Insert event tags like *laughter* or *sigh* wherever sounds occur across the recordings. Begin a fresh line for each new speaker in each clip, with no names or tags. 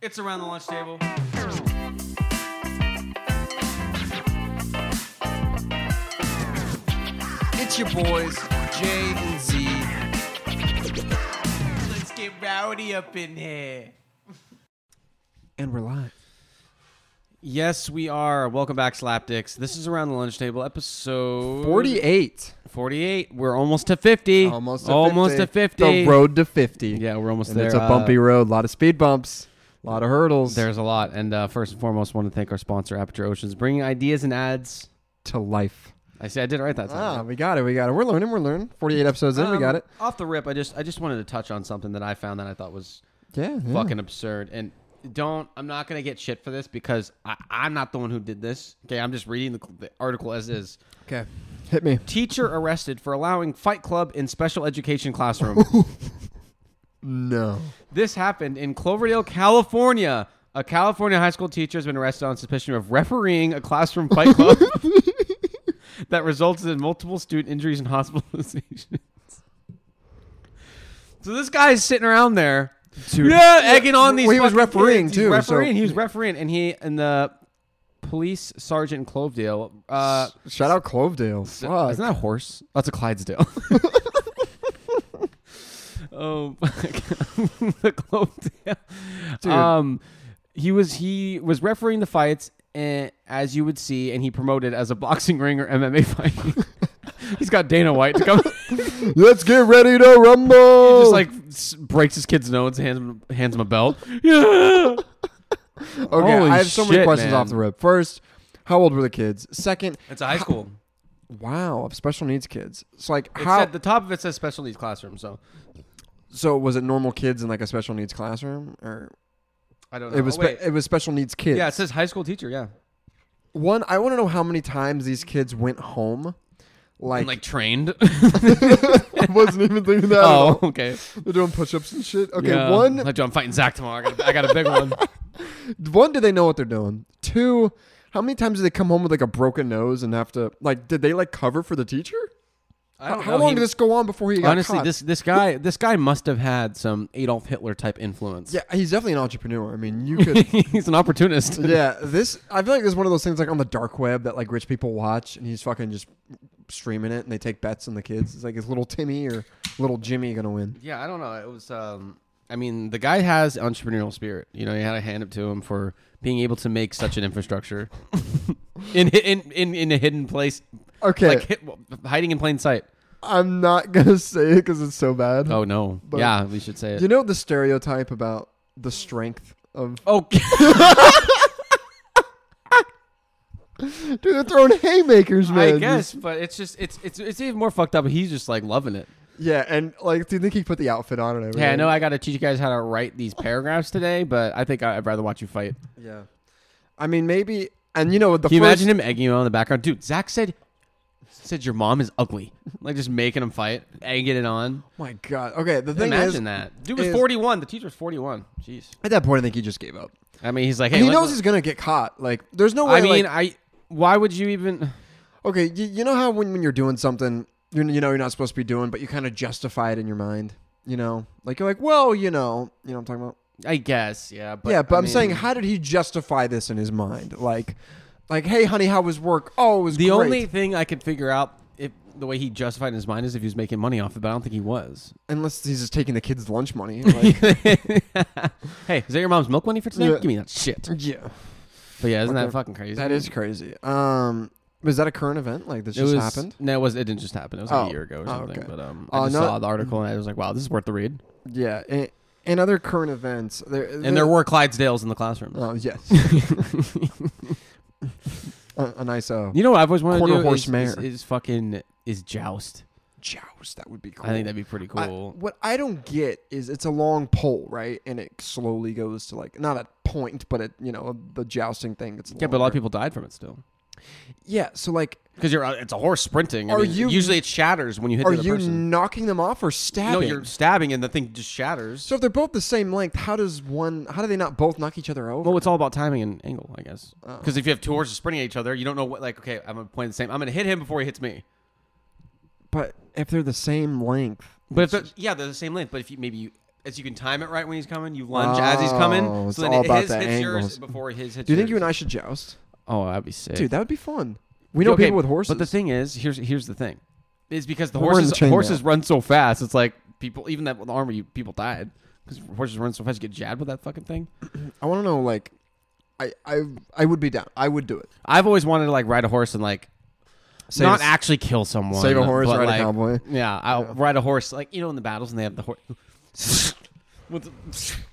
It's around the lunch table.
It's your boys, Jay and Z.
Let's get rowdy up in here.
And we're live.
Yes, we are. Welcome back, Slapdicks. This is around the lunch table, episode
48.
48. We're almost to 50.
Almost to
almost
50.
to 50.
The road to 50.
Yeah, we're almost
And
there.
it's a bumpy
Uh,
road. A lot of speed bumps. A lot of hurdles.
there's a lot, and uh, first and foremost, want to thank our sponsor, Aperture Oceans, bringing ideas and ads.
to life.
I see. I did it right that time.
Ah, we got it. We got it. We're learning. We're learning. 48 episodes in. We
Um,
got it.
Off the rip, I just I just wanted to touch on something that I found that I thought was
Yeah. yeah.
fucking absurd. And don't I'm not gonna get shit for this because I, I'm not the one who did this. Okay, I'm just reading the, the article as is.
Okay. Hit me.
Teacher arrested for allowing Fight Club in special education classroom.
No.
this happened in Cloverdale, California. A California high school teacher has been arrested on suspicion of refereeing a classroom fight club that resulted in multiple student injuries and hospitalizations. *laughs* So this guy's sitting around there,
Dude.
yeah, egging on these.
Well, he was
fucking
refereeing,
kids. He's
too, so-
Refereeing, he was refereeing, and he and the police sergeant in Clovedale. Uh,
Shout out Clovedale. Fuck.
isn't that a horse? That's a Clydesdale.
*laughs*
oh, my God. *laughs* the Clovedale.
Dude.
Um, he was he was refereeing the fights, eh, as you would see, and he promoted as a boxing ring or MMA fight. *laughs* He's got Dana White to come,
Let's get ready to rumble.
just like s- breaks his kid's nose, and hands him, hands him a belt. Yeah.
okay,
Holy
I have so many
shit,
questions
man.
off the rip. First, how old were the kids? Second,
It's a high school.
wow, of special needs kids. So like
It
how
said the top of it says special needs classroom, so
So was it normal kids in like a special needs classroom, or
I don't know.
it was
Oh,
spe-
wait.
it was special needs kids?
yeah, it says high school teacher. Yeah,
One, I want to know how many times these kids went home. Like,
and like *laughs* trained.
*laughs* I wasn't even thinking that. at
oh,
all.
okay.
they're doing push-ups and shit. Okay,
Yeah.
one,
I do- I'm fighting Zach tomorrow. I got, a- I got a big one.
one. Do they know what they're doing? Two, how many times did they come home with like a broken nose and have to like? Did they like cover for the teacher?
*laughs* I
How,
don't
how
know.
long
He-
did this go on before he got
honestly
caught?
this this guy this guy must have had some Adolf Hitler type influence.
Yeah, he's definitely an entrepreneur. I mean, you could.
*laughs* he's an *laughs*
*laughs*
opportunist.
yeah, this I feel like this is one of those things like on the dark web that like rich people watch and he's fucking just streaming it and they take bets on the kids. It's like is little Timmy or little Jimmy gonna win?
Yeah, I don't know. It was. Um, I mean, the guy has entrepreneurial spirit. You know, you had to hand up to him for being able to make such an *laughs* infrastructure in, in in in a hidden place,
Okay, *laughs*
like hit, hiding in plain sight.
I'm not gonna say it because it's so bad.
Oh no! yeah, we should say it.
You know the stereotype about the strength of
oh,
*laughs*
*laughs*
dude, they're throwing haymakers, man.
I guess, but it's just it's it's it's even more fucked up. He's just like loving it.
Yeah, and like, do you think he put the outfit on and everything?
Hey, I know I got to teach you guys how to write these paragraphs today, but I think I'd rather watch you fight.
Yeah, I mean maybe. And you know the
Can you
first,
imagine him egging him on in the background? Dude, Zach said said your mom is ugly. *laughs* Like just making him fight, egging it on.
My God. Okay, the thing
Imagine
is,
that. Dude was
is-
41. The teacher's 41. Jeez.
at that point, I think he just gave up.
I mean, he's like, hey,
And he
let-
knows he's gonna get caught. Like, there's no way.
I mean,
like-
I. Why would you even?
okay, you, you know how when, when you're doing something, you you know you're not supposed to be doing, but you kind of justify it in your mind. You know, like you're like, well, you know, you know, what I'm talking about.
I guess, yeah. But
yeah, but
I
I'm saying,
mean,
how did he justify this in his mind? Like, like, hey, honey, how was work? Oh, it was
the
great.
only thing I could figure out if the way he justified in his mind is if he was making money off it, but I don't think he was.
unless he's just taking the kids'
*laughs*
lunch money. Like,
Hey, is that your mom's milk money for today?
Yeah.
Give me that shit.
yeah,
But yeah, isn't that
Okay.
fucking crazy?
*laughs* that is crazy. Um, was that a current event? Like this
It
just
was-
happened?
No, it was. It didn't just happen. It was like
Oh.
a year ago or
Oh,
something.
okay.
But um,
Uh,
I just
no-
saw the article and I was like, wow, this is worth the read.
Yeah, and, and other current events. There,
And there were Clydesdales in the classroom. *laughs*
Oh yes. *laughs* a, a nice uh,
You know what I've always wanted
Quarter
to do
horse
is,
mare.
is, is fucking is joust.
joust. That would be cool.
I think that'd be pretty
I-
cool.
what I don't get is it's a long pole, right? And it slowly goes to like not a point, but it you know the jousting thing. It's
yeah, but a lot of people died from it still.
Yeah, so like,
Because you're uh, it's a horse sprinting. I
Are
mean,
you-
usually it shatters when you hit
are
the other
you
person.
knocking them off or stabbing?
No, you're stabbing and the thing just shatters.
so if they're both the same length, how does one? How do they not both knock each other over?
well, it's all about timing and angle, I guess.
Oh.
Because if you have two horses sprinting at each other, you don't know what. Like, okay, I'm gonna point the same. I'm gonna hit him before he hits me.
but if they're the same length,
But if they're- yeah, they're the same length. But if you maybe you as you can time it right when he's coming. You lunge as he's coming,
Oh,
so
it's
then
all about
his
the
hits yours
angles.
before his hits.
Do you think you
yours.
and I should joust?
Oh, that'd be sick,
Dude, that would be fun. We know
Okay,
people with horses.
But the thing is, here's here's the thing, is because the
We're in the
horses
chain
horses
now.
run so fast. It's like people, even that with the armor, you people died because horses run so fast. You get jabbed with that fucking thing.
I want to know, like, I, I, I would be down. I would do it.
I've always wanted to like ride a horse and like
Save
not
a-
actually kill someone.
save a horse,
but,
ride a
like,
cowboy.
Yeah, I'll ride a horse like you know in the battles and they have the horse *laughs* with the,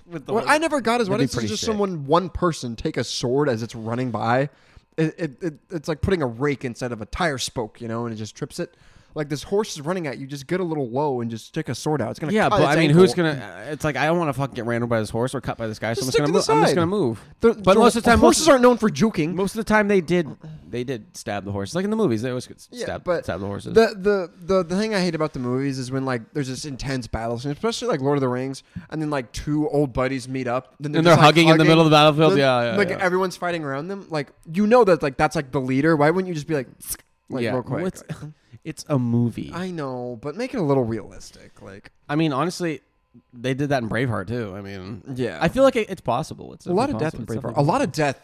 with the
What
horse.
I never got is why
That'd be
does
pretty
just
sick.
someone, one person, take a sword as it's running by? It, it, it, it's like putting a rake instead of a tire spoke, you know, and it just trips it. Like this horse is running at you, just get a little low and just stick a sword out. It's gonna
yeah,
cut
but I
its
mean,
ankle.
who's gonna? It's like I don't want to fucking get ran over by this horse or cut by this guy. So I'm just
stick
gonna
to
move.
the
I'm just
side.
gonna move.
The-
but
the-
most of the time,
horses
most,
aren't known for juking.
most of the time they did they did stab the horses, like in the movies. They always could stab stab the horses.
The, the the the thing I hate about the movies is when like there's this intense battle scene, especially like Lord of the Rings, and then like two old buddies meet up, then
And they're
just, like,
hugging in the middle of the battlefield.
Then,
Yeah, yeah,
like
yeah.
everyone's fighting around them. Like you know that like that's like the leader. Why wouldn't you just be like, like
yeah,
real quick?
Well, it's, *laughs* it's a movie. I,
I know, but make it a little realistic. Like
mean, honestly, they did that in Braveheart too. I mean,
Yeah.
I feel like it, it's possible. It's
a lot of
definitely
death in
possible. It's
Braveheart. A
definitely
lot of death.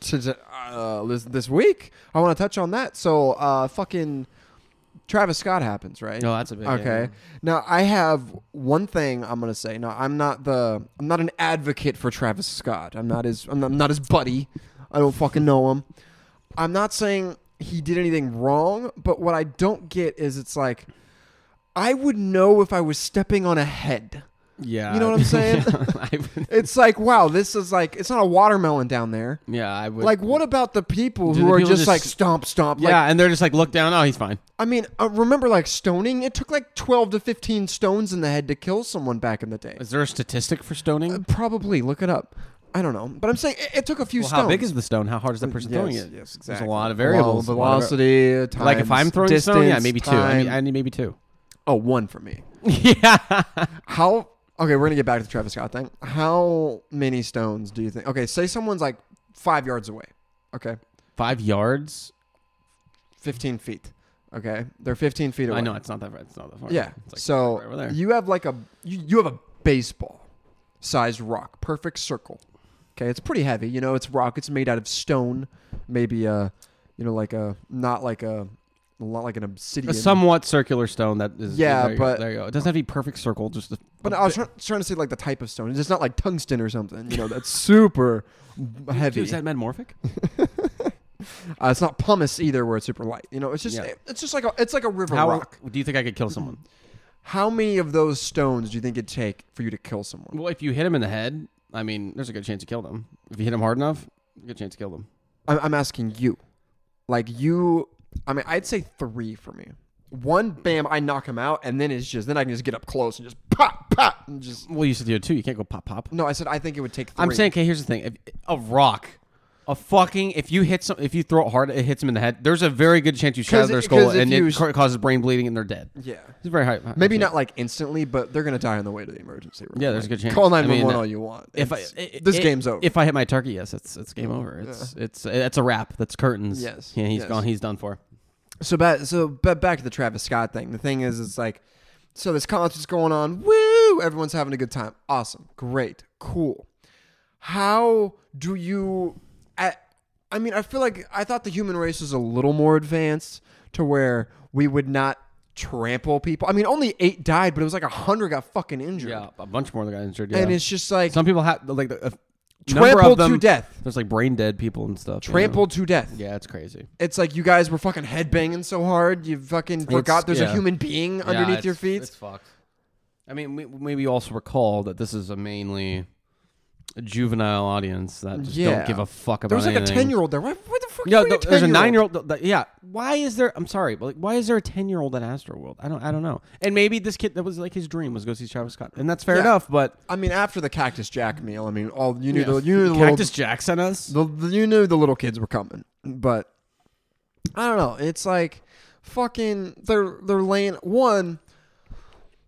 To, to, uh, this, this week, I want to touch on that. So, uh, fucking Travis Scott happens, right?
possible. No, that's a big yeah,
Okay. Now I have one thing I'm gonna say. Now I'm not the I'm not an advocate for Travis Scott. I'm not his I'm not, I'm not his buddy. I don't fucking know him. I'm not saying he did anything wrong, but what I don't get is it's like I would know if I was stepping on a head.
*laughs* Yeah.
You know what I'm saying?
yeah, I would,
It's like wow, this is like it's not a watermelon down there.
yeah, I would.
Like what about the people
Do
who
the
are
people
just,
just-
like stomp stomp?
yeah,
Like,
and they're just like, look down. Oh, he's fine.
I mean, uh, remember like stoning? It took like 12 to 15 stones in the head to kill someone back in the day.
Is there a statistic for stoning?
Uh, Probably. Look it up. I don't know. But I'm saying it, it took a few
well,
stones.
how big is the stone? How hard is the person
Uh,
throwing
Yes,
it?
yes,
There's
exactly.
a lot of variables.
Well,
a lot of-
velocity, times,
like if I'm throwing a stone, yeah,
distance,
maybe two. I need,
time.
I need maybe
*laughs*
two.
oh, one for me.
yeah.
How? Okay, we're gonna get back to the Travis Scott thing. How many stones do you think? Okay, say someone's like five yards away. Okay,
Five yards.
15 feet. Okay, they're 15 feet away.
I know it's not that. far- It's not that far.
Yeah.
It's like
so
right over there.
you have like a you, you have a baseball sized rock, perfect circle. Okay, it's pretty heavy. You know, it's rock. It's made out of stone, maybe uh, you know, like a not like a not like an obsidian.
a somewhat circular stone that is.
Yeah,
there you go,
but-
there you go. It doesn't have to be perfect circle. Just a,
but I was try- trying to say like the type of stone. It's not like tungsten or something. You know,
*laughs*
that's super heavy.
Is that metamorphic?
Uh, it's not pumice either, where it's super light. You know, it's just
Yeah.
it's just like a it's like a river
How
rock.
do you think I could kill
*clears throat*
someone?
How many of those stones do you think it'd take for you to kill someone?
Well, if you hit him in the head, I mean, there's a good chance to kill them. If you hit him hard enough, good chance to kill them.
I'm, I'm asking you. Like you, I mean, I'd say three for me. One, bam, I knock him out, and then it's just then I can just get up close and just pop, pop, and just.
Well, you should do it too. You can't go pop pop.
No, I said I think it would take. 3
I'm saying, okay, here's the thing: if, a rock, a fucking, if you hit some, if you throw it hard, it hits him in the head. There's a very good chance you shatter
it-
their skull
'cause if
and
you
it
sh-
ca- causes brain bleeding and they're dead.
yeah,
It's very high. high
maybe
chance.
not like instantly, but they're gonna die on the way to the emergency room.
Yeah, there's a
Like,
good chance.
Call
I
nine
mean, uh,
one one all you want.
If I,
It's-
i-
this
i-
game's over.
If I hit my turkey, yes, it's it's game over. It's it's it's a wrap. That's curtains.
Yes,
Yeah, he's
yes.
gone. He's done for.
So back so ba- back to the Travis Scott thing. The thing is, it's like, so this concert's going on. Woo! Everyone's having a good time. Awesome. Great. Cool. How do you? I, I mean, I feel like I thought the human race was a little more advanced to where we would not trample people. I mean, only eight died, but it was like a hundred got fucking injured.
Yeah, a bunch more that got injured. Yeah.
And it's just like
some people have like the, a number of
trampled to
them-
death.
There's like brain dead people and stuff. you know?
Trampled to death.
Yeah, it's crazy.
It's like you guys were fucking headbanging so hard, you fucking forgot there's
yeah.
a human being
Yeah,
*laughs* underneath
it's-
your feet.
It's fucked. I mean, we, maybe also recall that this is a mainly juvenile audience that just
Yeah.
don't give a fuck about.
There was like
anything.
a ten year old there. Why, why the fuck?
Yeah,
you bring
th- there's a
10-year-old?
nine year old. Yeah, why is there? I'm sorry, but like, why is there a ten year old at Astro World? I don't, I don't know. And maybe this kid that was like his dream was go see Travis Scott, and that's fair
Yeah.
enough. But
I mean, after the Cactus Jack meal, I mean, all you knew
Yeah.
the you knew the
Cactus Jack sent us.
little the, the- you knew the little kids were coming, but I don't know. It's like fucking they're they're laying one.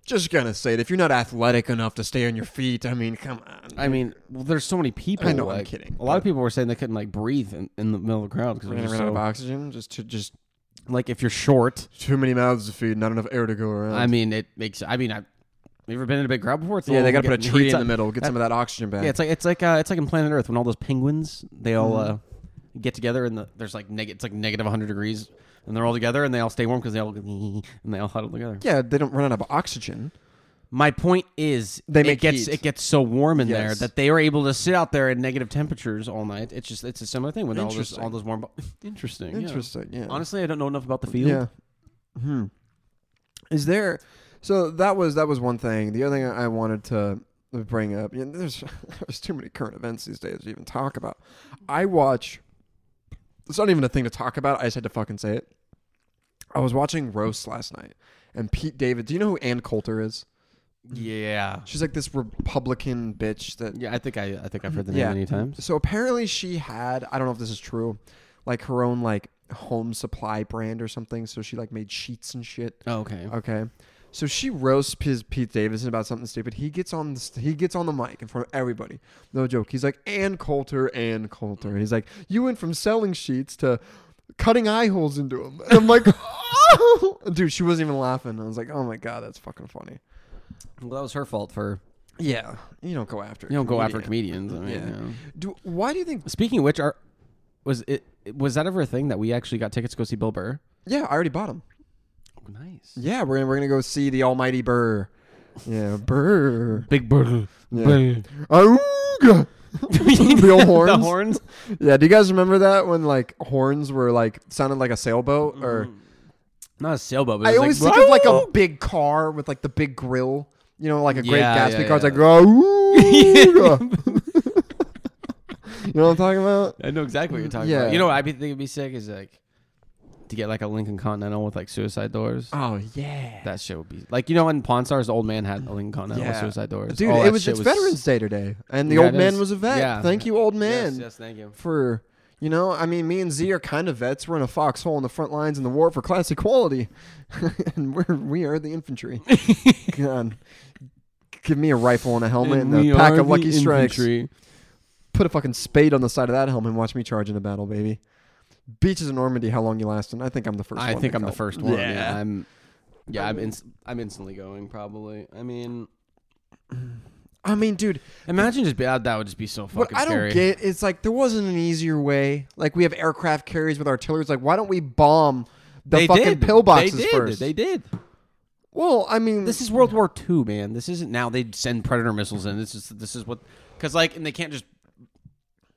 Just gonna say it. If you're not athletic enough to stay on your feet, I mean, come on.
I mean, well, there's so many people.
I know, I'm
like,
kidding,
A lot of people were saying they couldn't like breathe in, in the middle of the crowd
we're gonna
because
run out of
so,
oxygen. Just to, just
like if you're short,
too many mouths to feed, not enough air to go around.
I mean, it makes. I mean, I You ever been in a big crowd before? It's
Yeah, they got to
little-
put a tree
it's
in
a-
the middle, get some of that oxygen back.
Yeah, it's like it's like uh, it's like in Planet Earth when all those penguins they all
Mm-hmm.
uh, get together and the, there's like neg- it's like negative 100 degrees and they're all together and they all stay warm because they all go, *laughs* and they all huddle together.
yeah, they don't run out of oxygen.
My point is
They
it
make
gets
heat.
it gets so warm in there
Yes.
that they are able to sit out there in negative temperatures all night. It's just it's a similar thing with all this
Interesting.
all those warm. *laughs* Interesting. yeah.
Interesting. Yeah.
Honestly, I don't know enough about the field.
Yeah. Hmm. Is there? So that was that was one thing. The other thing I wanted to bring up. You know, there's *laughs* there's too many current events these days to even talk about. I watch. It's not even a thing to talk about. I just had to fucking say it. I was watching Roast last night, and Pete David. Do you know who Ann Coulter is?
Yeah.
She's like this Republican bitch that
Yeah, I think I I think I've heard the name
Yeah.
many times.
So apparently she had, I don't know if this is true, like her own like home supply brand or something. So she like made sheets and shit.
Oh, okay.
Okay. So she roasts his Pete Davidson about something stupid. He gets on the st- he gets on the mic in front of everybody. No joke. He's like Ann Coulter, Ann Coulter, and he's like, "You went from selling sheets to cutting eye holes into them." And
*laughs*
I'm like, "Oh, dude!" She wasn't even laughing. I was like, "Oh my god, that's fucking funny."
Well, that was her fault for
Yeah, you don't go after. a
you don't go after
comedian.
comedians. I mean,
Yeah.
you know.
Do why do you think?
Speaking of which, are was it was that ever a thing that we actually got tickets to go see Bill Burr?
Yeah, I already bought them.
Oh, nice.
Yeah, we're gonna, we're gonna go see the Almighty
*laughs*
Burr. Yeah, Burr.
Big Burr.
Yeah.
Burr.
*laughs* Auga!
*laughs*
Bill
the
Horns?
horns.
Yeah, do you guys remember that when like horns were like sounded like a sailboat? Or
Not a sailboat. But it
I
was
always
like,
think of like a big car with like the big grill. You know, like a Great
Yeah,
Gatsby
yeah,
car. It's
yeah.
like *laughs* Auga! You know what I'm talking about?
I know exactly what you're talking
Yeah.
about. You know what I be think would be sick is like to get like a Lincoln Continental with like suicide doors.
Oh yeah,
That shit would be like you know when Pawn Stars the old man had a Lincoln Continental with
Yeah.
suicide doors.
dude,
All
it
that
was
shit
it's Veterans Day today, and the
Yeah,
old
it
man
is.
was a vet.
Yeah.
Thank you, old man.
Yes, yes, thank you.
for you know i mean me and z are kind of vets we're in a foxhole in the front lines in the war for class equality *laughs* and we're we are
*laughs*
the infantry god give me a rifle and a helmet and, a Oh, pack of lucky strikes put a fucking spade on the side of that helmet and watch me charge into battle baby beaches in normandy how long you lasting i think i'm the first
I
one
think
to
I'm the
go.
first one. Yeah,
yeah
I'm. Yeah, I'm. Inst- I'm instantly going. Probably. I mean,
i mean dude
imagine just be uh, that. That would just be so fucking
what i don't
scary.
get is like there wasn't an easier way like we have aircraft carriers with artillery it's like why don't we bomb the
they
fucking
did.
pillboxes
They did.
first
They did.
well i mean
This is World War II, man. This isn't now. They send Predator missiles in. This is this is what because like and they can't just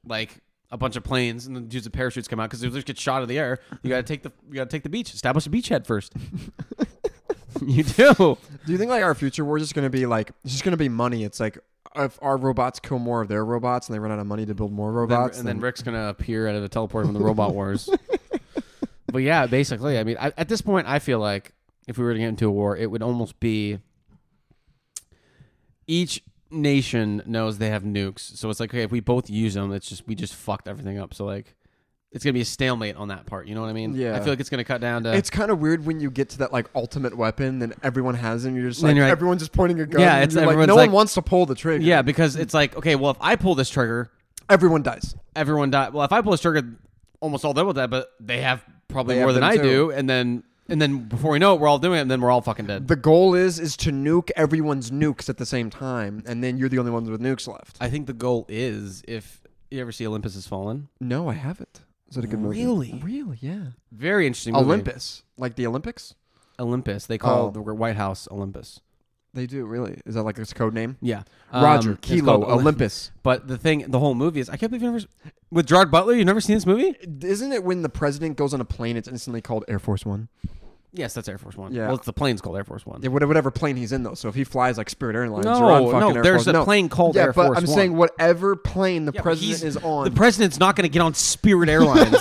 like a bunch of planes and the dudes with parachutes come out because they just get shot out of the air. You gotta take the you gotta take the beach. Establish a beachhead first. *laughs* you do.
Do you think like our future war is just gonna be like it's just gonna be money? It's like if our robots kill more of their robots and they run out of money to build more robots,
and then Rick's gonna appear out of the teleport from the Robot
*laughs*
Wars. but yeah, basically, I mean, I, at this point, I feel like if we were to get into a war, it would almost be each nation knows they have nukes, so it's like okay, if we both use them, it's just we just fucked everything up. So like, it's gonna be a stalemate on that part. You know what I mean?
Yeah.
I feel like it's gonna cut down to
it's kind of weird when you get to that like ultimate weapon, then everyone has it. And you're just
Then
like,
you're like-
everyone's just pointing a gun.
Yeah,
and
it's-
you're like
everyone's
no
like-
one wants to pull the trigger.
yeah, because it's like okay, well, if I pull this trigger,
everyone dies.
everyone died. Well, if I pull this trigger, almost all them will die, but they have probably
They
more
have
than
them
I
too.
do, and then and then before we know it, we're all doing it, and then we're all fucking dead.
The goal is is to nuke everyone's nukes at the same time, and then you're the only ones with nukes left.
I think the goal is if you ever see Olympus Has Fallen,
no, I haven't. Is that a good movie?
Really?
Really? Yeah.
very interesting. Movie.
Olympus, like the Olympics.
Olympus. They call
Oh.
the White House Olympus.
They do really. Is that like its code name?
Yeah,
Roger
Um, it's
Kilo
called Olymp-
Olympus.
But the thing, the whole movie is I can't believe you never s- with Gerard Butler. You've never seen this movie?
Isn't it when the president goes on a plane, it's instantly called Air Force One?
Yes, that's Air Force One.
Yeah.
Well, it's the plane's called Air Force One.
Yeah, whatever, whatever plane he's in, though. So if he flies like Spirit Airlines,
No,
you're on fucking
no,
Air
there's
Force.
a plane called
yeah,
Air
but
Force
I'm
One.
saying whatever plane the
Yeah, but
president
he's-
is on.
The president's not going to get on Spirit *laughs* Airlines.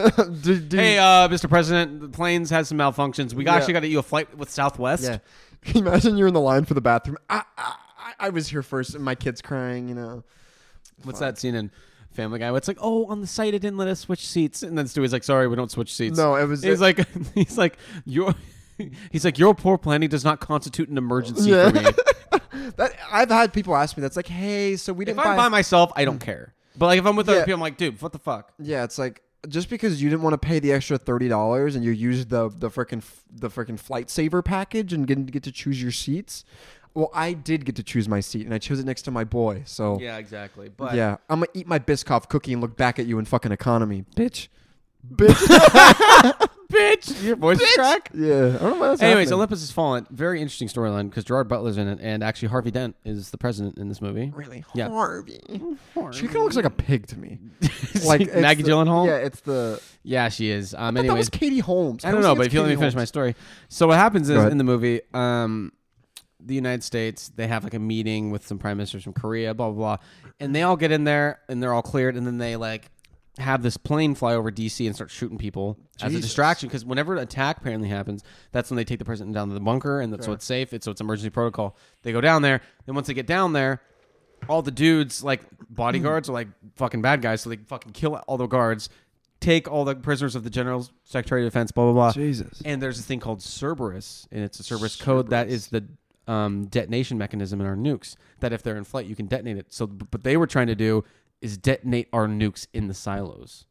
*laughs* do, do,
hey, uh, Mr. President, the planes had some malfunctions. We
Mm. Yeah.
actually got to you a flight with Southwest.
yeah. *laughs* Can you Imagine you're in the line for the bathroom. I, I, I- I was here first, and my kid's crying. You know,
What's that scene in Family Guy? where It's like, oh, on the site it didn't let us switch seats, and then Stewie's like, sorry, we don't switch seats.
No, it was- uh,
He's like, *laughs* he's like, your, he's like, your poor planning does not constitute an emergency
Yeah. *laughs*
for me.
that I've had people ask me. That's like, hey, so we
if
didn't
I'm
buy.
by myself, I don't care. But like, if I'm with
Mm. Yeah.
other people, I'm like, dude, what the fuck?
yeah, it's like just because you didn't want to pay the extra thirty dollars and you used the the freaking the freaking flight saver package and didn't get to choose your seats. Well, I did get to choose my seat, and I chose it next to my boy. So Oh. yeah,
Yeah, exactly. But
I'm gonna eat my Biscoff cookie and look back at you in fucking economy, bitch. *laughs* Bitch.
bitch, your voice is crack.
yeah. I don't know why that's
Anyways,
happening.
Olympus Has Fallen. Very interesting storyline because Gerard Butler's in it, and actually Harvey Dent is the president in this movie.
really
Yeah.
Harvey. She kind of looks like a pig
*laughs*
to me. it's
Maggie
the-
Gyllenhaal?
Yeah, it's the.
Yeah, she is. Um,
But that
anyways,
was Katie Holmes.
I don't know, but if you let me finish my story. So what happens is
ahead.
in the movie, um, the United States, they have like a meeting with some prime ministers from Korea, blah blah blah, and they all get in there and they're all cleared, and then they like have this plane fly over DC and start shooting people as a
Jesus.
distraction because whenever an attack apparently happens, that's when they take the president down to the bunker and that's so it's safe. It's so it's emergency protocol. They go down there, then once they get down there. All the dudes, like bodyguards, are like fucking bad guys, so they fucking kill all the guards, take all the prisoners of the general's secretary of defense, blah blah blah.
Jesus.
And there's a thing called Cerberus, and it's a Cerberus, code that is the um, detonation mechanism in our nukes. That if they're in flight, you can detonate it. So, but they were trying to do is detonate our nukes in the silos.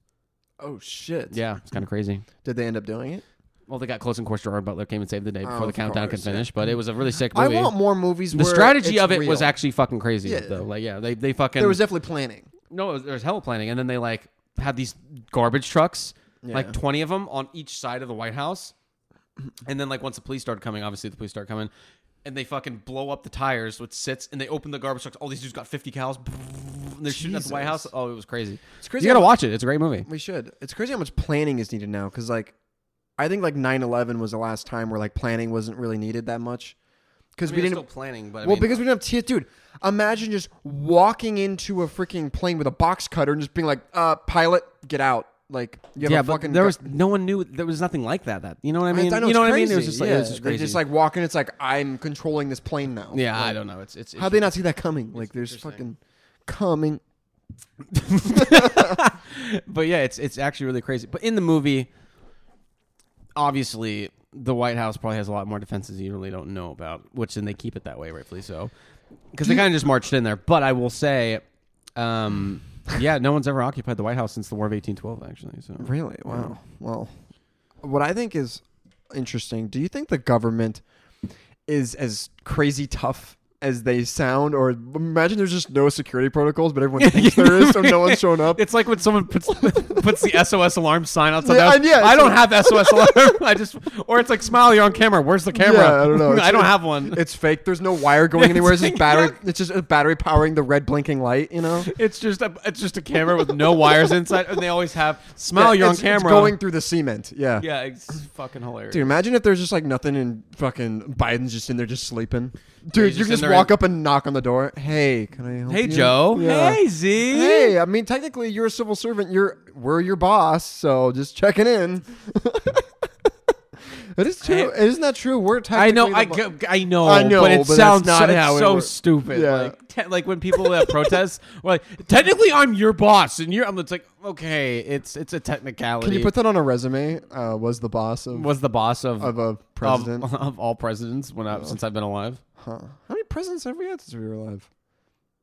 Oh shit.
Yeah, it's kind of crazy.
Did they end up doing it?
Well, they got close, and of course, Gerard Butler came and saved the day before
Oh,
the
of
countdown
course,
could
yeah.
finish. But it was a really sick movie.
I want more movies.
the
where
strategy
it's
of it was
real.
actually fucking crazy,
Yeah.
though. Like, yeah, they they fucking
there was definitely planning.
no, it was, there was hell planning, and then they like had these garbage trucks, like twenty of them on each side of the White House, and then like once the police started coming, obviously the police started coming, and they fucking blow up the tires, which sits, and they open the garbage trucks. All these dudes got fifty cows. *laughs* And they're shooting at the White House.
Jesus.
Oh, it was crazy.
It's crazy.
You gotta
how,
watch it. It's a great movie.
We should. It's crazy how much planning is needed now. Because like, I think like 9-11 was the last time where like planning wasn't really needed that much. Because we didn't.
planning, but
well, because we didn't have TS. Dude, imagine just walking into a freaking plane with a box cutter and just being like, "Uh, pilot, get out." Like, you have
yeah,
a
but
fucking
there
gu-
was no one knew there was nothing like that. That you know what I mean?
know
you
it's
know what I mean? It was
crazy.
just like
yeah.
it was just
They
crazy.
just like walking. It's like I'm controlling this plane now.
yeah, I don't know. It's it's, it's
How'd they not see that coming? Like, there's fucking coming.
but yeah, it's it's actually really crazy. But in the movie, obviously, the White House probably has a lot more defenses you really don't know about, which then they keep it that way, rightfully so, because they kind of just marched in there. But I will say, um, yeah, no one's ever occupied the White House since the War of eighteen twelve, actually. So
Really? Wow. Well, what I think is interesting. Do you think the government is as crazy tough as they sound? Or imagine there's just no security protocols,
*laughs*
but everyone thinks there is, so no one's shown up.
It's like when someone puts *laughs* puts the SOS alarm sign outside.
Yeah,
the house.
and yeah,
I
it's
don't have SOS alarm. *laughs* I just or it's like smile, you're on camera. Where's the camera?
Yeah, I don't know.
*laughs* I don't have one.
It's fake. There's no wire going anywhere. It's
*laughs*
just
It's
battery. It's just a battery powering the red blinking light. You know.
It's just a it's just a camera with no wires inside, and they always have *laughs* smile. you're on
It's-
camera.
It's going through the cement. Yeah.
Yeah, it's fucking hilarious.
Dude, imagine if there's just like nothing and fucking Biden's just in there just sleeping.
he's
Dude,
just
you can
in
just
there
walk
and-
up and knock on the door. Hey, can I help
hey
you?
Joe.
Yeah.
Hey Z.
Hey, I mean, technically, you're a civil servant. You're we're your boss, so just checking in. *laughs* it is true.
Hey.
Isn't that true? We're technically
I know,
the
I,
bo-
g- I know,
I know,
but it
but that's
sounds
not
so, it's
how it
so
works.
stupid.
Yeah.
Like, te- like when people have protests, *laughs* we're like, technically, I'm your boss, and you're. I'm it's like, okay, it's it's a technicality.
Can you put that on a resume? Uh, was the boss of
was the boss of
of a
*laughs*
president? Oh.
of, of all presidents when I, since I've been alive.
Huh. How many presidents have we had since we were alive?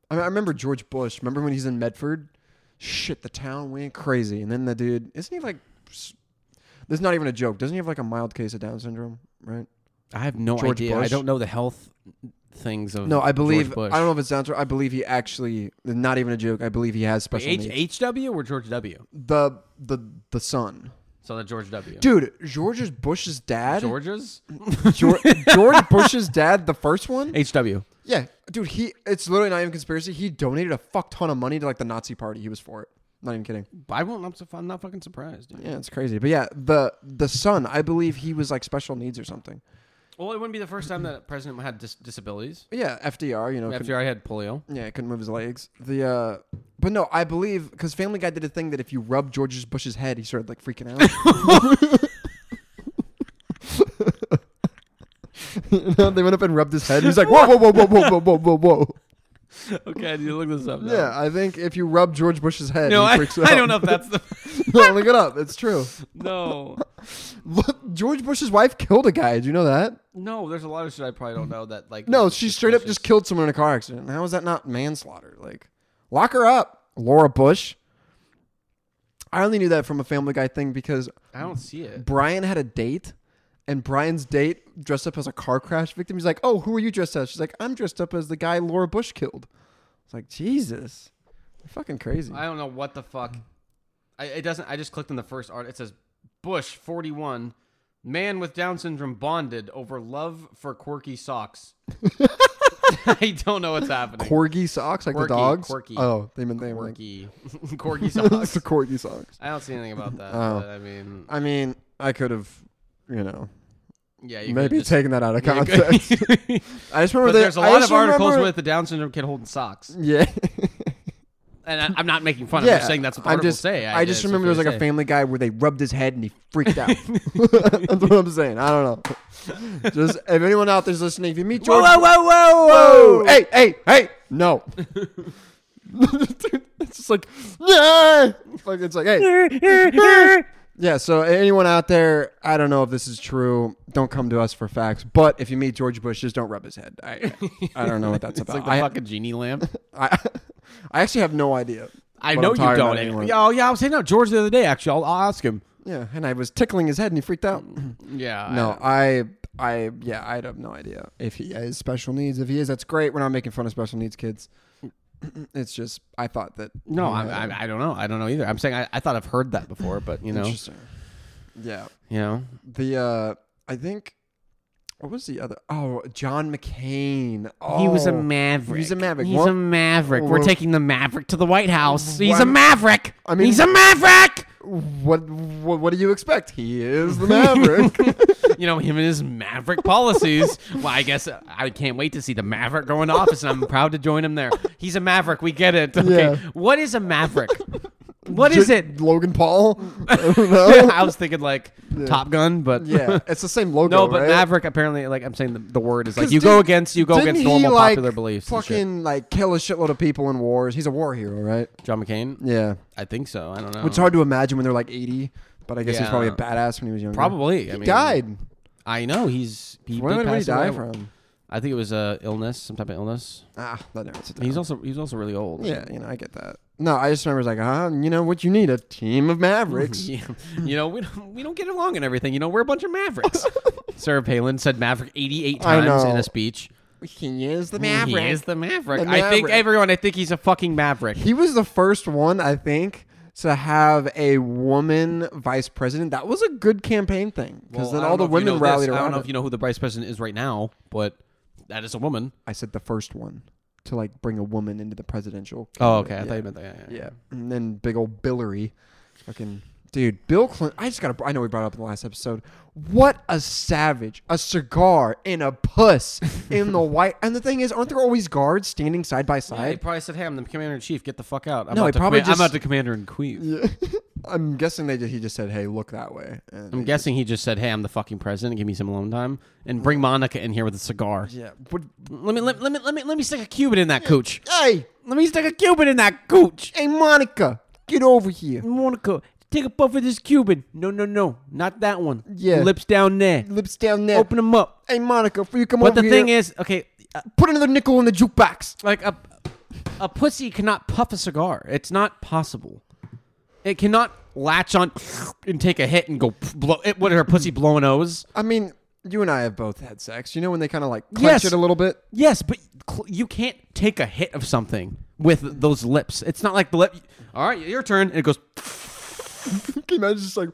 I, mean, I remember George Bush. Remember when he's in Medford? Shit, the town went crazy. And then the dude, isn't he like? s- This is not even a joke. Doesn't he have like a mild case of Down syndrome? Right.
I have no
George
idea. I
Bush?
don't know the health things of
No, I believe.
George Bush.
I don't know if it's Down syndrome. I believe he actually, not even a joke. I believe he has special
H-
needs.
HW or George W.
The the the son,
So the George W.
dude. George's Bush's dad. *laughs*
George's
George,
*laughs*
George Bush's dad, the first one.
HW.
Yeah, dude, he it's literally not even conspiracy. He donated a fuck ton of money to like the Nazi party. He was for it. Not even kidding.
I won't. I'm, su- I'm not fucking surprised. Dude.
Yeah, it's crazy. But yeah, the the son, I believe he was like special needs or something.
Well, it wouldn't be the first time that a president had dis- disabilities.
But yeah, FDR, you know, could,
After I had polio.
yeah, couldn't move his legs. The uh but no, I believe because Family Guy did a thing that if you rub George Bush's head, he started like freaking out. *laughs* No, they went up and rubbed his head. He's like, whoa, whoa, whoa, whoa, whoa, whoa, whoa, whoa, whoa.
*laughs* Okay, I need to look this up. now.
Yeah, I think if you rub George Bush's head,
No,
he
I,
freaks
*laughs*
out.
I don't know if that's the
*laughs* no, look it up. It's true.
no.
Look, George Bush's wife killed a guy. Do you know that?
No, there's a lot of shit I probably don't know that like.
No,
is
she straight up just killed someone in a car accident. How is that not manslaughter? Like, lock her up, Laura Bush. I only knew that from a Family Guy thing because
I don't see
*laughs*
it.
Brian had a date, and Brian's date dressed up as a car crash victim. He's like, "Oh, who are you dressed as?" She's like, "I'm dressed up as the guy Laura Bush killed." It's like Jesus, You're fucking crazy.
I don't know what the fuck. I, it doesn't. I just clicked on the first art. It says Bush, forty-one, man with Down syndrome bonded over love for quirky
*laughs*
socks. *laughs* I don't know what's happening.
corgi socks like
Quirky,
the dogs.
quirky.
Oh, they meant they were.
*laughs* Quirky, quirky
*laughs* it's
socks.
the corgi socks.
I don't see anything about that.
Oh.
but I mean,
I mean, I could have, you know,
yeah, you
maybe
could just,
taken that out of
you could-
context. *laughs* I just
*laughs*
remember
but
that-
there's a
I
lot
just
of articles
remember-
with the Down syndrome kid holding socks,
*laughs* Yeah.
and I, I'm not making fun.
yeah.
I'm just saying that's what the
I'm
articles
just,
say.
I, just
guess,
remember there
if
was like
they
a
say.
family guy where they rubbed his head and he freaked out. *laughs* That's what I'm saying. I don't know. Just if anyone out there's listening, if you meet George,
Whoa, whoa, whoa, whoa, whoa!
hey, hey, hey,
*laughs*
no. Dude, it's just like, yeah, like it's
*laughs*
like, hey, yeah. So anyone out there, I don't know if this is true. Don't come to us for facts. But if you meet George Bush, just don't rub his head. I, I don't know what
*laughs*
that's
It's
about.
like the
I-
fucking genie lamp.
*laughs* I, I actually have no idea.
I
what
know
I'm talking
you
about
don't.
anymore.
Yeah, Oh, yeah. I was saying no, George the other day. Actually, I'll, I'll ask him.
Yeah, and I was tickling his head and he freaked out.
Mm, Yeah.
No,
uh,
I, I, yeah, I have no idea if he has special needs. If he is, that's great. We're not making fun of special needs kids. *clears throat* It's just I thought that.
no,
he
I'm,
had-
I'm, I don't know. I don't know either. I'm saying I, I thought I've heard that before, but you know,
Interesting. Yeah,
you know,
the uh I think what was the other? Oh, John McCain. Oh,
he was a maverick.
He's a maverick.
He's
Well,
a maverick. We're
well-
taking the maverick to the White House. He's
Well,
a maverick.
I mean-
he's a
*laughs*
maverick.
What, what what do you expect? He
*laughs*
is the maverick.
you know, him and his maverick policies. well, I guess I can't wait to see the maverick go into office, and I'm proud to join him there. He's a maverick. We get it. Okay.
Yeah.
What is a maverick? What is
J- *laughs*
it?
Logan Paul?
*laughs*
I don't know.
I was thinking like Top Gun, but *laughs*
yeah, it's the same logo.
No, but
right?
Maverick apparently, like I'm saying, the, the word is like
'Cause
you go
didn't-
against you go
didn't
against
he,
normal
like,
popular beliefs. and shit.
Fucking like kill a shitload of people in wars. He's a war hero, right?
John McCain.
Yeah,
I think so. I don't know.
which is hard to imagine when they're like eighty. But I guess he's
Oh. Yeah.
probably a badass when he was younger.
Probably.
he
I mean,
died.
I know he's. He
Where
did
did he
pass
die
away.
from?
I think it was a illness, some type of illness.
Ah, that never sits
He's
down.
also he's also really old.
Yeah, you know, I get that. No, I just remember it's like, ah, you know what you need? A team of Mavericks.
*laughs* Yeah. You know, we don't, we don't get along and everything. You know, we're a bunch of
*laughs*
mavericks. Sarah Palin said Maverick 88
I
times in
know.
a speech.
*laughs* He is the
*laughs* He is the maverick.
The
I think
maverick.
everyone, I think he's a fucking maverick.
He was the first one, I think, to have a woman vice president. That was a good campaign thing because
Well, I
then all
don't know
the
if you know
women
this.
rallied
I don't
around.
know
it.
if you know who the vice president is right now, but that is a woman.
I said the first one to like bring a woman into the presidential.
Oh, okay. I
candidate.
thought you meant that. Yeah.
yeah. yeah. And then big old Billary, fucking dude, Bill Clinton. I just got. to I know we brought it up in the last episode. What a savage! A cigar and a puss in
*laughs*
the white. And the thing is, aren't there always guards standing side by
He
side?
probably said, "Hey, I'm the commander in chief. Get the fuck out." I'm
No, he
about to
probably
command-
just-
I'm about to commander in queen.
Yeah. *laughs* I'm guessing they just, he just said, "Hey, look that way." And
I'm
they-
guessing he just said, "Hey, I'm the fucking president. Give me some alone time and bring Monica in here with a cigar.
Yeah. What,
Let me let, let me let me let me stick a cubit in that cooch.
hey,
Let me stick a cubit in that cooch.
hey, Monica, get over here.
Monica, take a puff of this cubit. No, no, no, not that one.
Yeah.
lips down there.
Lips down there.
Open them up.
Hey, Monica, for you come
But
over
the thing
here,
is, okay, uh,
put another nickel in the jukebox.
like a a pussy cannot puff a cigar. It's not possible. It cannot latch on and take a hit and go blow. It, what are her pussy blowing O's?
I mean, you and I have both had sex. You know when they kind of like clench
Yes.
it a little bit.
*laughs* Yes, but cl- you can't take a hit of something with those lips. It's not like the lip. All right, your turn. And it goes. *laughs*
Can you imagine just like?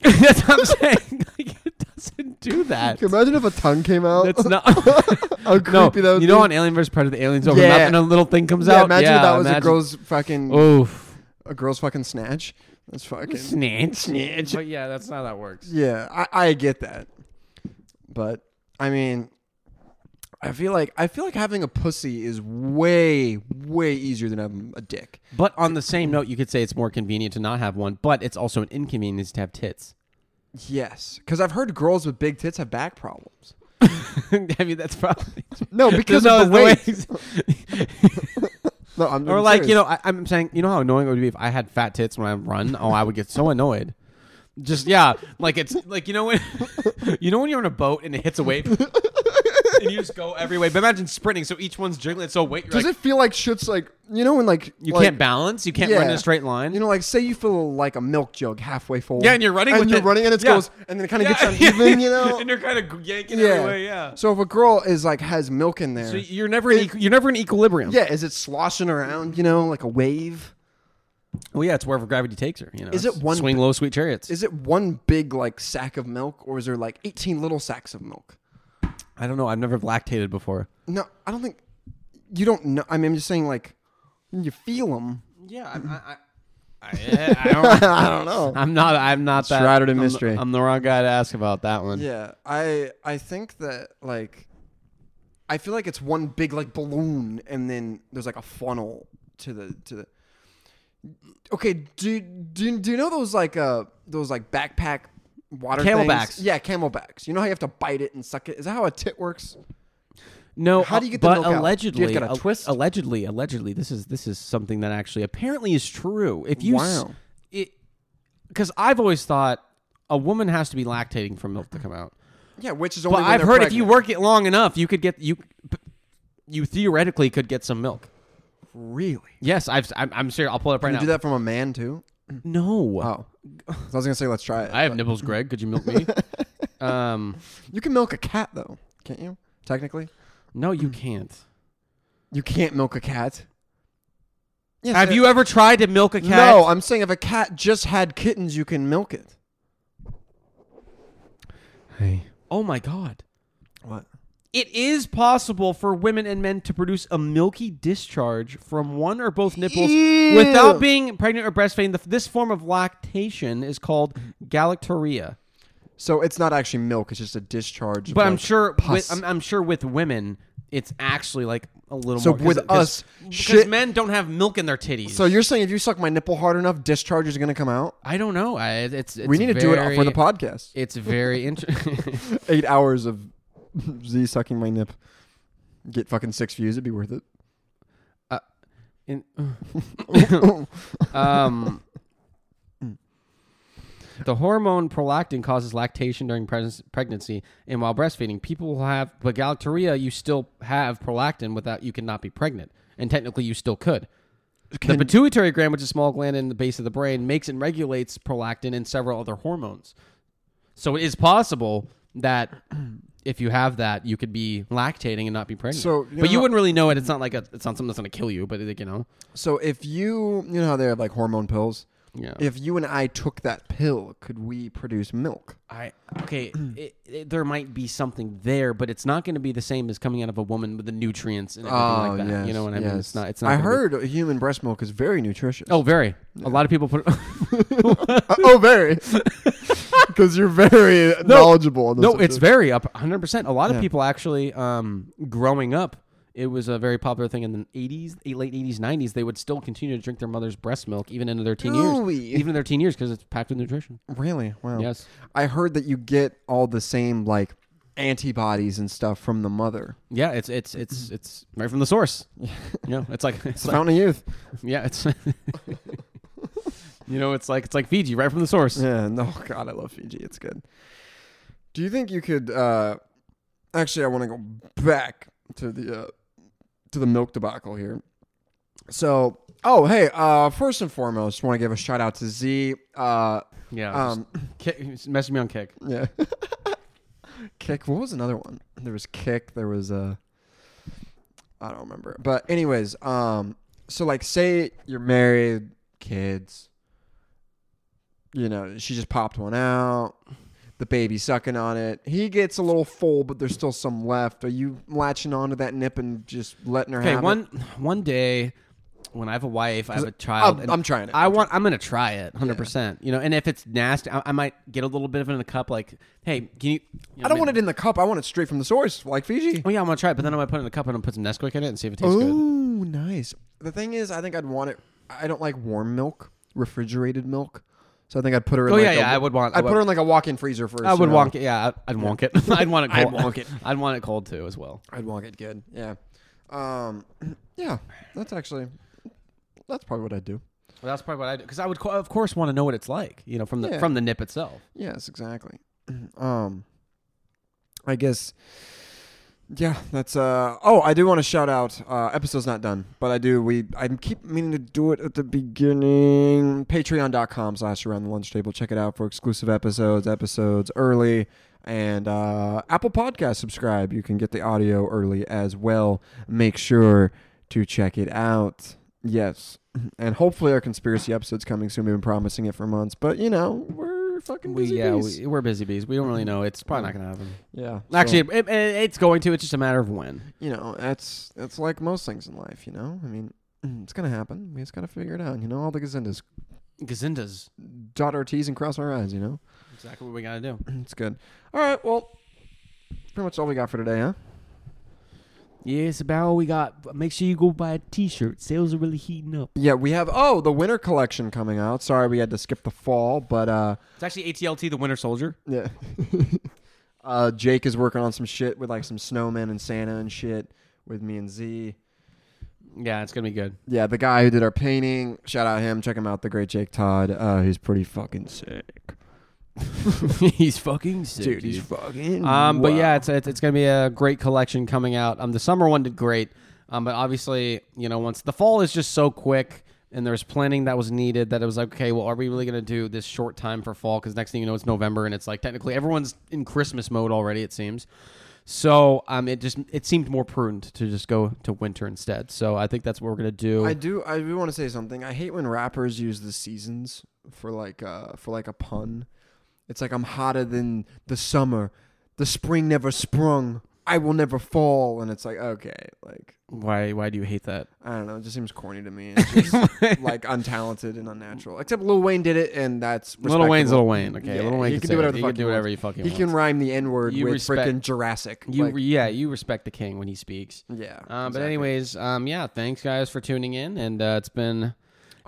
That's what I'm saying. *laughs* Like, it doesn't do that.
Can you imagine if a tongue came out?
That's not.
*laughs* How creepy
no,
that would
you know,
be?
on Alien vs. Predator, the aliens open
Yeah.
up and a little thing comes
yeah,
out.
imagine
yeah,
if that was a
imagine.
girl's fucking
Oof.
a girl's fucking snatch. That's fucking
Snitch. Snitch. But yeah, that's not how that works.
yeah. I, I get that, but I mean, I feel like I feel like having a pussy is way way easier than having a dick.
But on the same note, you could say it's more convenient to not have one, but it's also an inconvenience to have tits. *laughs*
Yes, because I've heard girls with big tits have back problems.
I mean, that's
*laughs*
probably
No,
*laughs*
because
No,
of the
it's
weight.
the way-
No, I'm,
or
I'm
like you
serious.
know, I, I'm saying, you know how annoying it would be if I had fat tits when I run. Oh, I would get so annoyed. *laughs*
*laughs*
Just yeah, like it's like you know when you know when you're on a boat and it hits a wave. and you just go every way. But imagine sprinting, so each one's jiggling. So wait, you're
Does
like,
it feel like shit's like you know when like
you
like-
can't balance. You can't run in
Yeah.
a straight line.
You know, like say you fill like a milk jug halfway full.
Yeah, and you're running
and
with
you're
it.
running, and it
Yeah.
goes, and then it kind of
*laughs* Yeah.
gets uneven. You know,
and you're kind of yanking
yeah.
yeah. away. Yeah.
So if a girl is like has milk in there,
So you're never in equ- you're never in equilibrium.
yeah, is it sloshing around? You know, like a wave.
Well, yeah, it's wherever gravity takes her. You know,
Is
It's
it one
swing low, sweet chariots?
Is it one big like sack of milk, or is there like eighteen little sacks of milk?
I don't know. I've never lactated before.
No, I don't think you don't know. I mean, I'm just saying like you feel them.
Yeah, I, I, I, I don't.
*laughs* I don't know.
I'm not. I'm not that.
shrouded in
I'm the-
mystery.
I'm the wrong guy to ask about that one.
Yeah, I I think that like I feel like it's one big like balloon, and then there's like a funnel to the to the. Okay, do do, do you know those like uh those like backpack water
Camelbacks.
Things? Yeah, camelbacks. You know how you have to bite it and suck it. Is that how a tit works?
No,
How do
uh,
you get the
but
milk out? Do you
allegedly,
gotta
al-
twist?
allegedly, allegedly, this is this is something that actually apparently is true. If you, s-
Wow.
it, because I've always thought a woman has to be lactating for milk to come out.
Yeah, which is only.
But
when
I've
they're
heard if you
pregnant.
work it long enough, you could get you, you theoretically could get some milk.
really,
Yes, I've, I'm, I'm serious. I'll pull it up right
you
now.
do that from a man too.
No,
Oh, *laughs* I was gonna say let's try it.
I have nipples, Greg. Could you milk
*laughs*
me? um,
you can milk a cat though, can't you? Technically,
no, you can't.
you can't milk a cat. Yes,
Have
it-
you ever tried to milk a cat?
No, I'm saying if a cat just had kittens, you can milk it.
Hey. Oh my god.
What?
It is possible for women and men to produce a milky discharge from one or both nipples
Ew.
without being pregnant or breastfeeding. The- This form of lactation is called galactorrhea.
So it's not actually milk; it's just a discharge. of,
But I'm
like,
sure,
pus.
with, I'm, I'm sure with women, it's actually like a little
So
more. 'cause-
with
'cause-
us,
because
shit-
men don't have milk in their titties.
so you're saying if you suck my nipple hard enough, discharge is going to come out.
I don't know. I, it's, it's
we need to do it
very-
for
*laughs*
the podcast.
It's very *laughs* interesting.
Eight hours of *laughs* Z sucking my nip. Get fucking six views; it'd be worth it.
In, um, *laughs* the hormone prolactin causes lactation during pres- pregnancy, and while breastfeeding, people will have. But galactorrhea, you still have prolactin without you cannot be pregnant, and technically you still could.
Can-
the pituitary gland, which is a small gland in the base of the brain, makes and regulates prolactin and several other hormones. So it is possible
*clears throat*
that if you have that, you could be lactating and not be pregnant.
So, you
but you
know-
wouldn't really know it. It's not like a, it's not something that's going to kill you, but like, you know,
So if you, you know how they have like hormone pills.
yeah.
If you and I took that pill, could we produce milk?
I okay. *clears throat* it, it, there might be something there, but it's not going to be the same as coming out of a woman with the nutrients and everything like that. you know what I mean? It's not. It's not.
Oh, I
gonna be-
heard human breast milk is very nutritious.
oh, very. A lot of people
*laughs*
put. *laughs*
Uh, *laughs* oh, very. Because you're very knowledgeable on this.
no, it's very up 100. percent A lot of
Yeah.
people actually, um, growing up, it was a very popular thing in the 80s, eh, late 80s, 90s. They would still continue to drink their mother's breast milk even into their teen
Really?
years, even in their teen years, because it's packed with nutrition.
really wow.
Yes.
I heard that you get all the same like antibodies and stuff from the *laughs* mother.
Yeah, it's it's it's it's right from the source. you know, it's like *laughs* it's
It's the
like,
fountain of youth.
Yeah, it's *laughs* you know, it's like it's like Fiji right from the source.
*laughs* Yeah. No, God, I love Fiji. It's good. Do you think you could? uh Actually, I want to go back to the uh, to the milk debacle here. So, oh hey, uh first and foremost, want to give a shout out to Z. Uh,
Yeah,
um,
kick, message me on kick.
Yeah. *laughs* Kick. What was another one? There was Kick. There was a. I don't remember. But anyways, um, so like, say you're married, kids. You know, she just popped one out. The baby sucking on it. He gets a little full, but there's still some left. Are you latching onto that nip and just letting her
Okay,
have it?
one one day when I have a wife, I have a child.
I'm-
and
I'm trying it.
I want. I'm gonna try it, hundred percent. You know, and if it's nasty, I, I might get a little bit of it in the cup. Like, hey, can you?
I don't want it in the cup. I want it straight from the source, like Fiji.
Oh yeah, I'm gonna try it, but then I'm gonna put it in the cup and I'm gonna put some Nesquik in it and see if it tastes good.
Oh, nice. The thing is, I think I'd want it. I don't like warm milk, refrigerated milk. So I think I'd put her. in
Oh,
like
yeah,
a-
yeah, I would want- I
I'd put
would-
her in like a walk-in freezer first.
I would
you know?
wonk it. Yeah, I- I'd wonk it. *laughs* I'd want it
I'd
cold.
wonk it.
I'd want it cold too, as well.
I'd wonk it good. Yeah. Um. *clears throat* Yeah. That's actually. That's probably what I'd do.
Well, that's probably what I do because I would, co- of course, want to know what it's like. You know, from the
Yeah.
from the nip itself.
*clears throat* Yes, exactly. Um. I guess. Yeah, that's uh oh, I do want to shout out uh episode's not done, but I do we I keep meaning to do it at the beginning. Patreon.com slash around the lunch table. Check it out for exclusive episodes, episodes early, and uh Apple Podcast subscribe. You can get the audio early as well. Make sure to check it out. Yes. *clears throat* And hopefully our conspiracy episode's coming soon. We've been promising it for months, but you know, we're fucking
We,
busy.
yeah,
bees.
we, we're busy bees. Mm-hmm. We don't really know. It's probably not going to happen.
yeah. so-
Actually, it, it, it's going to. It's just a matter of when.
you know, that's that's like most things in life, you know? I mean, *clears throat* it's gonna happen. We just gotta figure it out, you know. All the gazindas.
Gazindas.
Dot our T's and cross our I's, you know? *clears throat*
Exactly what we got to do.
It's good. All right, well pretty much all we got for today, huh?
Yeah, it's about all we got. Make sure you go buy a T-shirt. Sales are really heating up.
Yeah, we have oh, the winter collection coming out. Sorry we had to skip the fall, but uh *laughs*
It's actually ATLT, the Winter Soldier.
yeah. *laughs* uh Jake is working on some shit with like some snowmen and Santa and shit with me and Z.
Yeah, it's gonna be good.
Yeah, the guy who did our painting, shout out him, check him out, the great Jake Todd. Uh he's pretty fucking sick.
*laughs* he's fucking sick,
dude, he's fucking.
um, but
wild.
yeah, it's, it's it's gonna be a great collection coming out. Um, the summer one did great. Um, but obviously, you know, once the fall is just so quick, and there's planning that was needed. That it was like, okay, well, are we really gonna do this short time for fall? Because next thing you know, it's November, and it's like technically everyone's in Christmas mode already. It seems. So um, it just it seemed more prudent to just go to winter instead. So I think that's what we're gonna do.
I do. I do want to say something. I hate when rappers use the seasons for like uh for like a pun. It's like I'm hotter than the summer. The spring never sprung. I will never fall. And it's like okay, like
why why do you hate that?
I don't know. It just seems corny to me.
*laughs*
It's just like untalented and unnatural. Except Lil Wayne did it, and that's
Little Wayne's
respectable.
Little Wayne. Okay,
Yeah,
Little Wayne
he
can,
can
say
do whatever the
he
fuck
can do
he
whatever
wants.
he fucking
He
wants.
can rhyme the N word
You
with
respect-
freaking Jurassic.
You
like-
yeah, you respect the king when he speaks.
yeah.
Um, But
exactly.
anyways, um, yeah, thanks guys for tuning in, and uh, it's been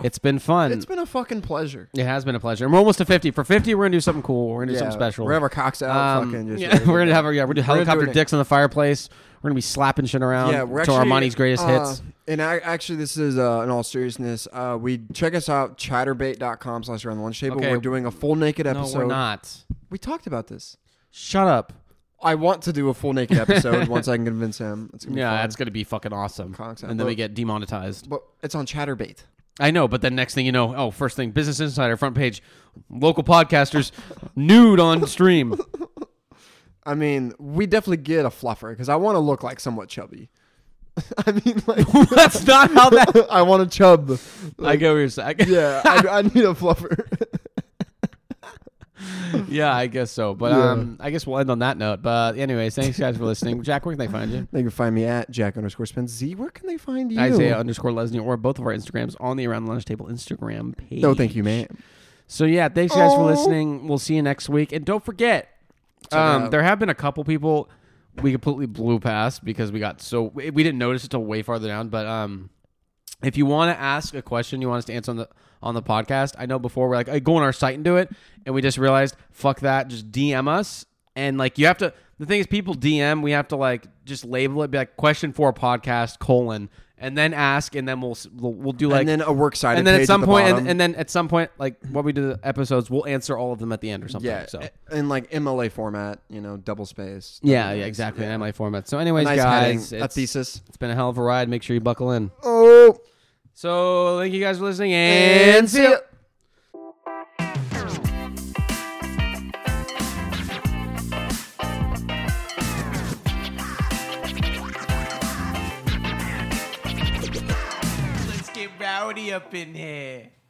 it's been fun.
it's been a fucking pleasure.
it has been a pleasure. And we're almost to fifty. For fifty, we're gonna do something cool. We're gonna do
Yeah,
something special.
We're gonna have our cocks out.
Um,
fucking just
yeah, we're gonna have our yeah, we're gonna do
We're gonna do
helicopter
it-
dicks on the fireplace. We're gonna be slapping shit around
yeah, we're
to
actually,
Armani's greatest
uh,
hits.
And I, actually, this is uh, in all seriousness. Uh, we check us out chatterbait.com slash around the lunch table.
Okay.
We're doing a full naked
No,
episode.
we're not.
We talked about this.
Shut up.
I want to do a
*laughs*
full naked episode once I can convince him. It's gonna be
Yeah,
fun.
that's gonna be fucking awesome.
Conks out.
And then we
Look.
get demonetized.
but it's on Chatterbait.
I know, but then next thing you know, oh, first thing, Business Insider front page, local podcasters nude on stream. *laughs*
I mean, we definitely get a fluffer because I want to look like somewhat chubby. *laughs* I mean, like
*laughs*
*laughs*
That's not how that.
I want to chub.
I get what you're saying.
Yeah, I, I need a fluffer.
yeah, I guess so. But
Yeah.
um, I guess we'll end on that note. But anyways, thanks guys for listening. Jack, where can they find you?
They can find me at Jack underscore Spence Z. Where can they find you?
Isaiah underscore Lesney or both of our Instagrams on the Around the Lunch Table Instagram page.
No, thank you, man.
So yeah, thanks guys for
Aw.
listening. We'll see you next week, and don't forget,
it
um,
out.
there have been a couple people we completely blew past because we got so we we didn't notice it till way farther down. But um, if you want to ask a question you want us to answer on the on the podcast, I know before we're like, "Hey, go on our site and do it, and we just realized, fuck that, just DM us, and like you have to. The thing is, people DM, we have to like just label it, be like question for a podcast colon, and then ask, and then we'll s- we'll, we'll do like
and then a works cited
and then
page
at some
the
point-
bottom.
and, and then at some point, like what we do the episodes, we'll answer all of them at the end or something.
yeah,
So
a- in like MLA format, you know, double space.
yeah, yeah, exactly. In MLA format. So, anyways,
Nice heading,
guys,
a
it's,
thesis.
it's been a hell of a ride. Make sure you buckle in.
Oh,
So, thank you guys for listening, and, see ya. Let's get rowdy up in here.